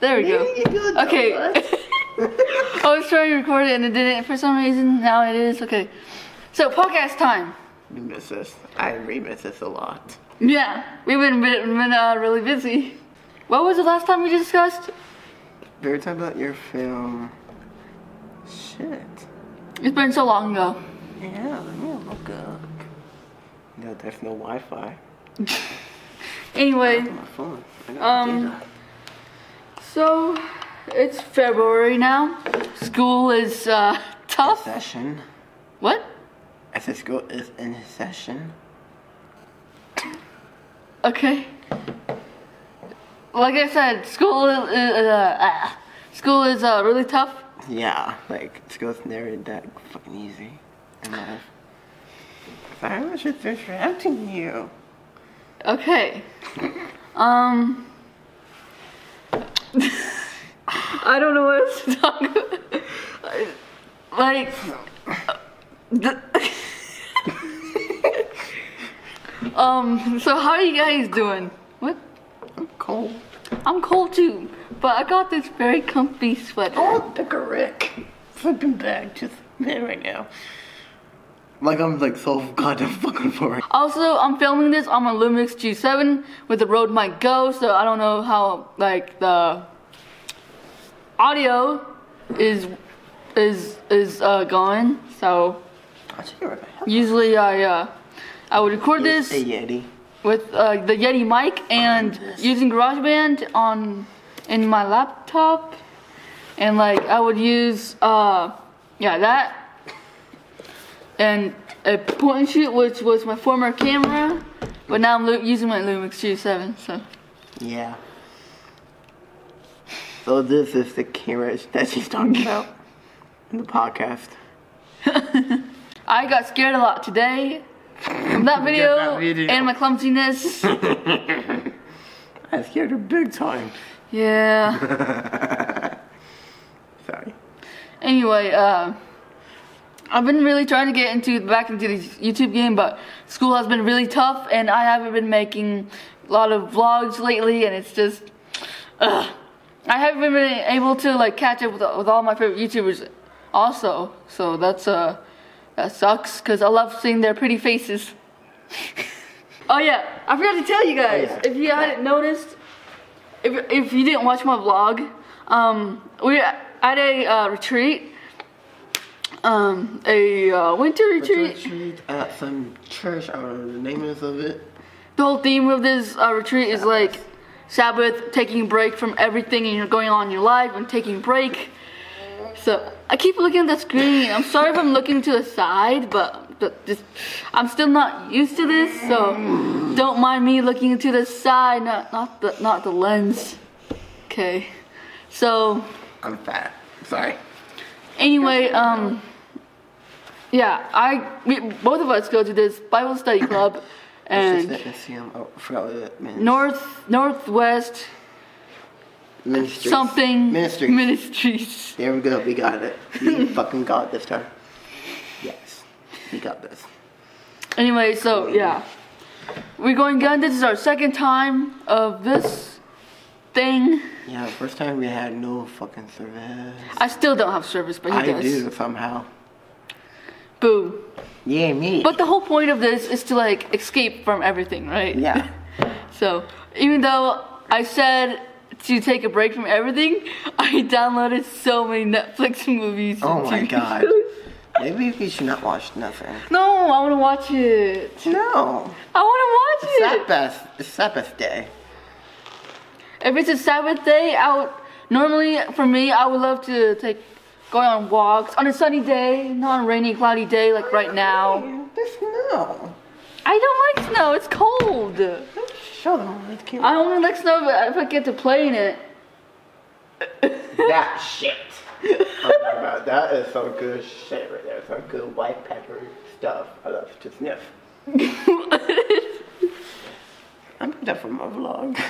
There we go. There you go, Okay. Thomas. I was trying to record it and it didn't. For some reason, now it is. Okay. So, podcast time. You miss this. I remiss this a lot. Yeah. We've been, been, been, uh, really busy. What was the last time we discussed? We were talking about your film. Shit. It's been so long ago. Yeah, let me look up. No, there's no Wi-Fi. Anyway, on my phone. I got Um, data. so it's February now. School is uh, tough. Session. What? As the school is in session. Okay. Like I said, school is, uh, uh, school is uh, really tough. Yeah, like school's never that fucking easy in life. Sorry, I was just distracting you. Okay. Um. I don't know what else to talk about. I- Like. uh, the- um. So how are you guys doing? What? I'm cold. I'm cold too, but I got this very comfy sweater. Oh, pick a Rick. Fucking bag just there right now. Like I'm like so goddamn fucking boring. Also, I'm filming this on my Lumix G7 with the Rode Mic Go, so I don't know how like the audio is is is uh, going. So I should get rid of it. usually I uh, I would record It's this a Yeti. with uh, the Yeti mic and using GarageBand on in my laptop, and like I would use uh, yeah that and a point and shoot, which was my former camera, but now I'm lu- using my Lumix G7. So Yeah. So this is the camera that she's talking about in the podcast. I got scared a lot today from that video, video. and my clumsiness. I scared her big time. yeah. Sorry. Anyway, uh. I've been really trying to get into back into the YouTube game, but school has been really tough, and I haven't been making a lot of vlogs lately, and it's just, ugh. I haven't been really able to like catch up with, with all my favorite YouTubers, also. So that's uh, that sucks because I love seeing their pretty faces. oh yeah, I forgot to tell you guys yeah. if you hadn't noticed, if if you didn't watch my vlog, um, we were at a uh, retreat. Um, a uh, winter retreat. Retreat at uh, some church. I don't know the name is of it. The whole theme of this uh, retreat is like Sabbath, taking a break from everything and you're going on in your life and taking a break. So I keep looking at the screen. I'm sorry if I'm looking to the side, but but just I'm still not used to this, so don't mind me looking to the side, not not the not the lens. Okay. So I'm fat. Sorry. Anyway, um, yeah, I we, both of us go to this Bible study club, It's and just the SCM. Oh, forgot what it means. north northwest Ministries. something Ministries. ministries. there we go. We got it. We fucking got it this time. Yes. We got this. Anyway, so yeah, we're going gun. This is our second time of this thing. Yeah, first time we had no fucking service. I still don't have service, but he I does. do somehow. Boo. Yeah, me. But the whole point of this is to like escape from everything, right? yeah. So even though I said to take a break from everything, I downloaded so many Netflix movies. and Oh my TV god. shows. Maybe we should not watch nothing. No, I want to watch it. No. I want to watch it. Sabbath. It's Sabbath day. if it's a Sabbath day, I would normally for me I would love to take going on walks on a sunny day, not on a rainy, cloudy day like right now. There's no. I don't like snow. It's cold. Don't show them on this camera. I only like snow if I get to play in it. that shit. I'm talking about that is some good shit right there. Some good white pepper stuff. I love to sniff. I'm done for my vlog.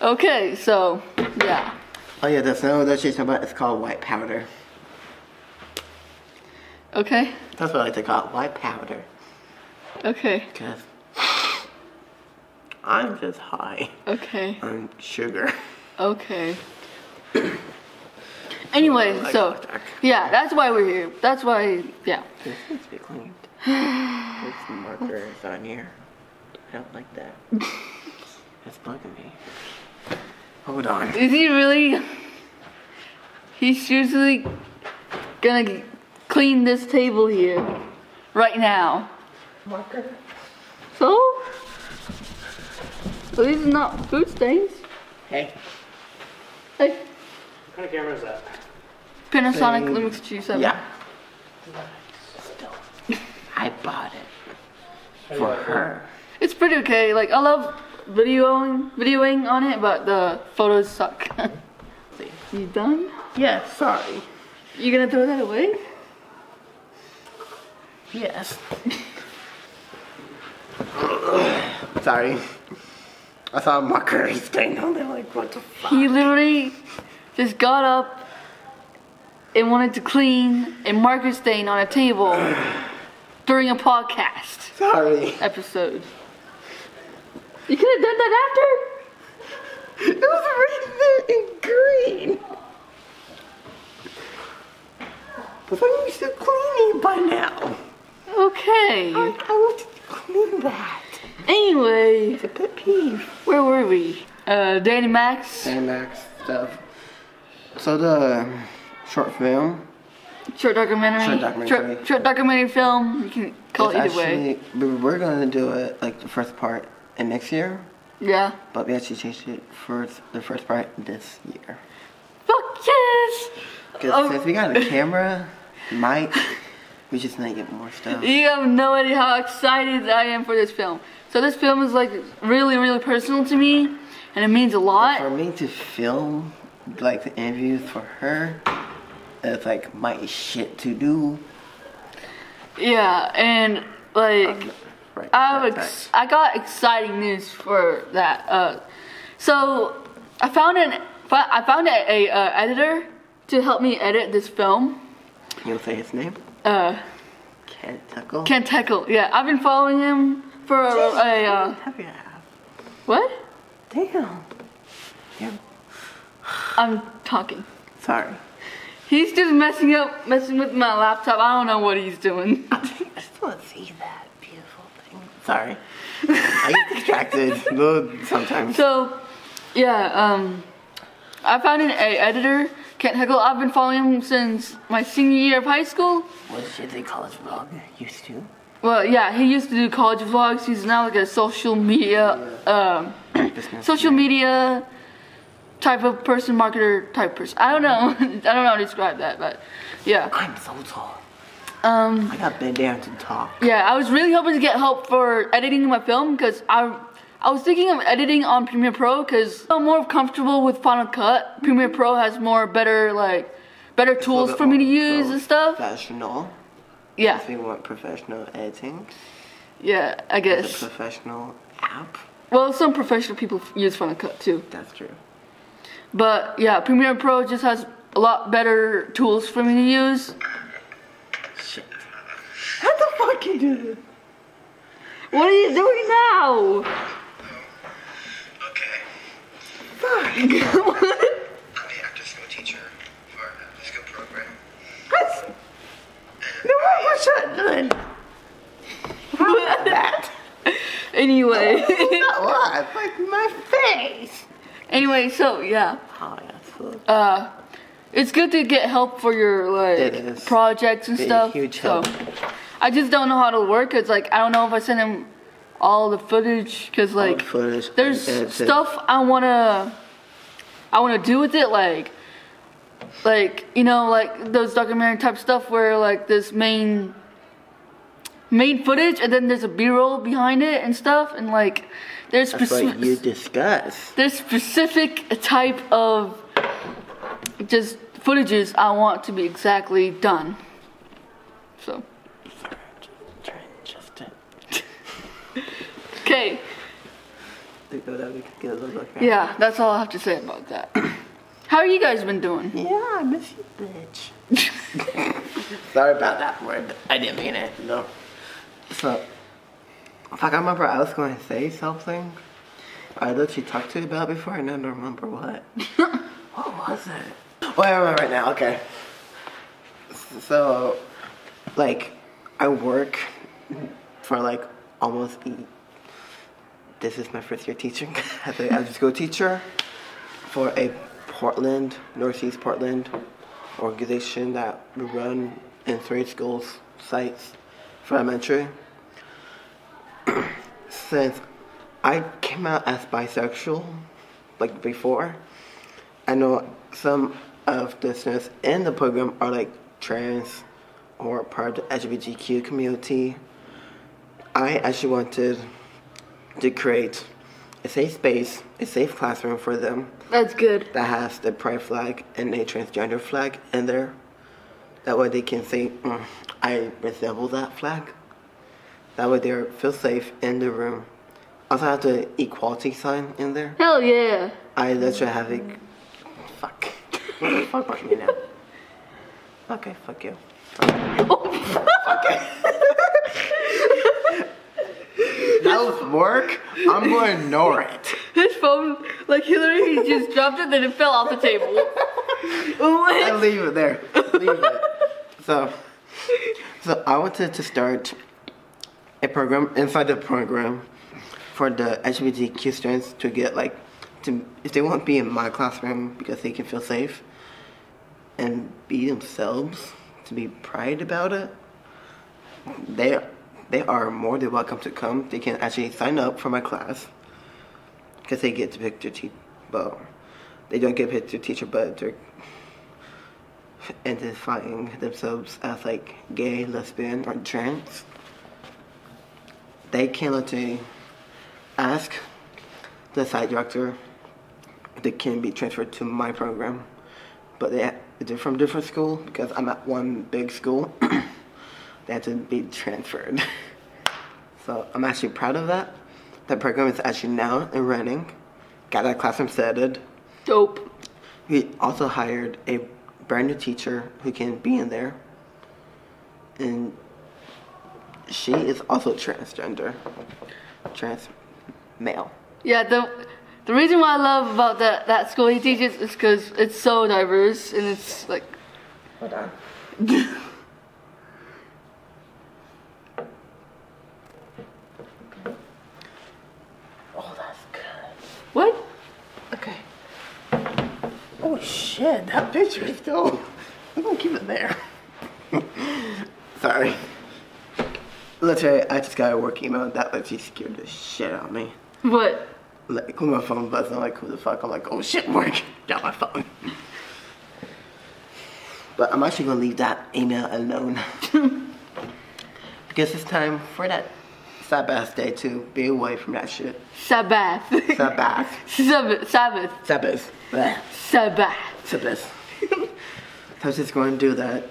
Okay, so yeah. Oh yeah, the snow that she's talking about is called white powder. Okay. That's what I like to call it, white powder. Okay. Cause I'm just high Okay. on sugar. Okay. anyway, I so got that. yeah, that's why we're here. That's why yeah. This needs to be cleaned. this marker is on here. I don't like that. it's bugging me. Hold on. Is he really? He's seriously gonna clean this table here right now. Marker? So? Well, these are not food stains. Hey. Hey, What kind of camera is that? Panasonic Thing. Lumix G7. Um, Yeah. Still. I bought it for her. It's pretty okay. Like, I love videoing, videoing on it, but the photos suck. See. you done? Yeah, sorry. You gonna throw that away? Yes. sorry. I saw a marker stain on there, like, what the fuck? He literally just got up and wanted to clean a marker stain on a table during a podcast Sorry. episode. You could have done that after. It was right there in green. But I used to clean it by now. Okay. I want to clean that. Anyway, It's a pet peeve. where were we? Uh, Danny Max, Max stuff. So the um, short film short documentary. Short documentary. Short, short documentary film. You can call is it Oh, either way. actually- we- we're gonna do it like the first part in next year, Yeah. but we actually changed it for the first part this year. Fuck yes! Because Oh. since we got a camera, mic, we just need to get more stuff. You have no idea how excited I am for this film. So this film is like really, really personal to me, and it means a For lot. me to film like the interviews for her, it's like my shit to do. Yeah, and like Right. I right, ex- I got exciting news for that. Uh, so I found an fo- I found a, a uh, editor to help me edit this film. right. You'll say his name? Uh, Ken Tuckle. Ken Teckle. Yeah, I've been following him for a, a uh, Have your ass. what? Damn. Damn. I'm talking. Sorry. He's just messing up, messing with my laptop. I don't know what he's doing. I just want to see that beautiful thing. Sorry. I get distracted a little sometimes. So, yeah, um, I found an a editor, Kent Heckle. I've been following him since my senior year of high school. What did they call his vlog? Used to. Well, yeah, he used to do college vlogs. He's now like a social media, um, Business. social media type of person, marketer type person. I don't know. I don't know how to describe that, but yeah. I'm so tall. Um, I got bent down to talk. Yeah, I was really hoping to get help for editing my film because I, I was thinking of editing on Premiere Pro because I'm more comfortable with Final Cut. Premiere Pro has more better like, better tools for me to use and stuff. Professional. Yeah, If you want professional editing, yeah, I it's a guess. professional app. Well, some professional people f- use Final Cut too, That's true. but yeah, Premiere Pro just has a lot better tools for me to use. Shit. How the fuck you do this? What are you doing now? Okay, Fuck. I'm the active school teacher for our after school program. That's... No, I was not doing How about that. Anyway, Not live, like my face. anyway, so yeah. Oh, that's cool. uh, it's good to get help for your It like is. projects and Big, stuff. huge so, help. I just don't know how it'll work. It's like I don't know if I send him all the footage because the like footage there's and edit Oh, it. stuff I wanna I wanna do with it like like you know like those documentary type stuff where like this main main footage and then there's a b-roll behind it and stuff and like there's That's spec- what you discuss. there's specific type of just footages I want to be exactly done. So, Try and adjust it. okay, Think of that we could get a little look at. yeah, that's all I have to say about that. How you guys been doing? Yeah, I miss you, bitch. Sorry about that word. I didn't mean it. No. So, fuck, I remember I was going to say something, I literally talked to you about before and I don't remember what. what was it? Oh, I remember it now. Okay. So, like, I work for like almost. e- This is my first year teaching as a as a school teacher for a Portland, Northeast Portland organization that we run in three schools sites for elementary. Since I came out as bisexual, like before, I know some of the students in the program are like trans or part of the LGBTQ community. I actually wanted to create a safe space, a safe classroom for them That's good. that has the pride flag and a transgender flag in there. That way they can say, mm, I resemble that flag. That way they feel safe in the room. Also have the equality sign in there. Hell yeah. I literally have it. Fuck. fuck with me now. Okay, fuck you. okay. that was work. I'm going to ignore it. His phone, like Hillary, he just dropped it, then it fell off the table. I what? leave it there. Leave it. So, so I wanted to start a program inside the program for the LGBTQ students to get like, to if they want to be in my classroom because they can feel safe and be themselves, to be pride about it. They they are more than welcome to come. They can actually sign up for my class because they get to pick their teacher. Well, they don't get picked their teacher, but they're identifying themselves as like gay, lesbian, or trans, they can literally ask the site director if they can be transferred to my program. But they they're from different school because I'm at one big school. they had to be transferred. so I'm actually proud of that. That program is actually now and running. Got that classroom setted. Dope. We also hired a brand new teacher who can be in there. And she is also transgender, trans male. Yeah, the the reason why I love about that that school he teaches is because it's so diverse and it's like Hold on. oh, that's good. what? Okay. Oh shit, that picture is dope. I'm gonna keep it there. Sorry. Literally, I just got a work email that literally scared the shit out of me. What? Like, when my phone buzzed, I'm like, who the fuck? I'm like, oh shit, work. Got my phone. But I'm actually gonna leave that email alone. because it's time for that Sabbath day to be away from that shit. Sabbath. Sabbath. Sabbath. Sabbath. Sabbath. Blech. Sabbath. to this. so I was just going to do that.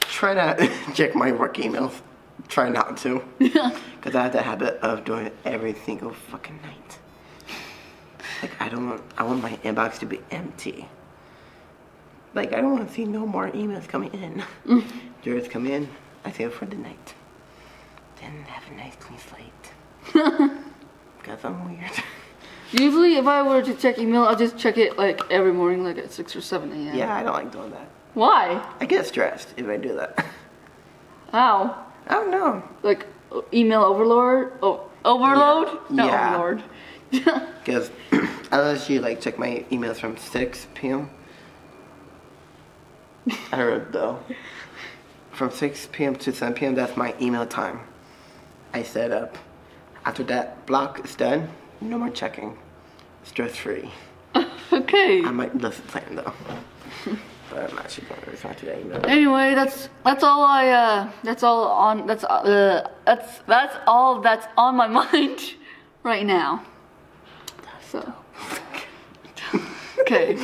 Try not check my work emails. Try not to. Because I have the habit of doing it every single fucking night. Like I don't want I want my inbox to be empty. Like I don't want to see no more emails coming in. Yours come in, I save it for the night. Then have a nice clean slate. Because I'm weird. Usually, if I were to check email, I'll just check it like every morning, like at six or seven a.m. yeah, I don't like doing that. Why? I get stressed if I do that. How? I don't know. Like o- email overlord? Oh, overload? No, Yeah. overlord. Because unless you like check my emails from 6 p.m. I don't know though. From 6 p.m. to 7 p.m. That's my email time. I set up. After that block is done, no more checking. Stress free. okay. I might listen to him though. but I'm actually going to respond to that email. Anyway, that's that's all I uh that's all on that's uh that's that's all that's on my mind right now. So Okay.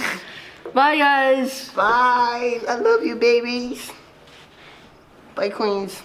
Bye guys. Bye! I love you, babies! Bye, queens.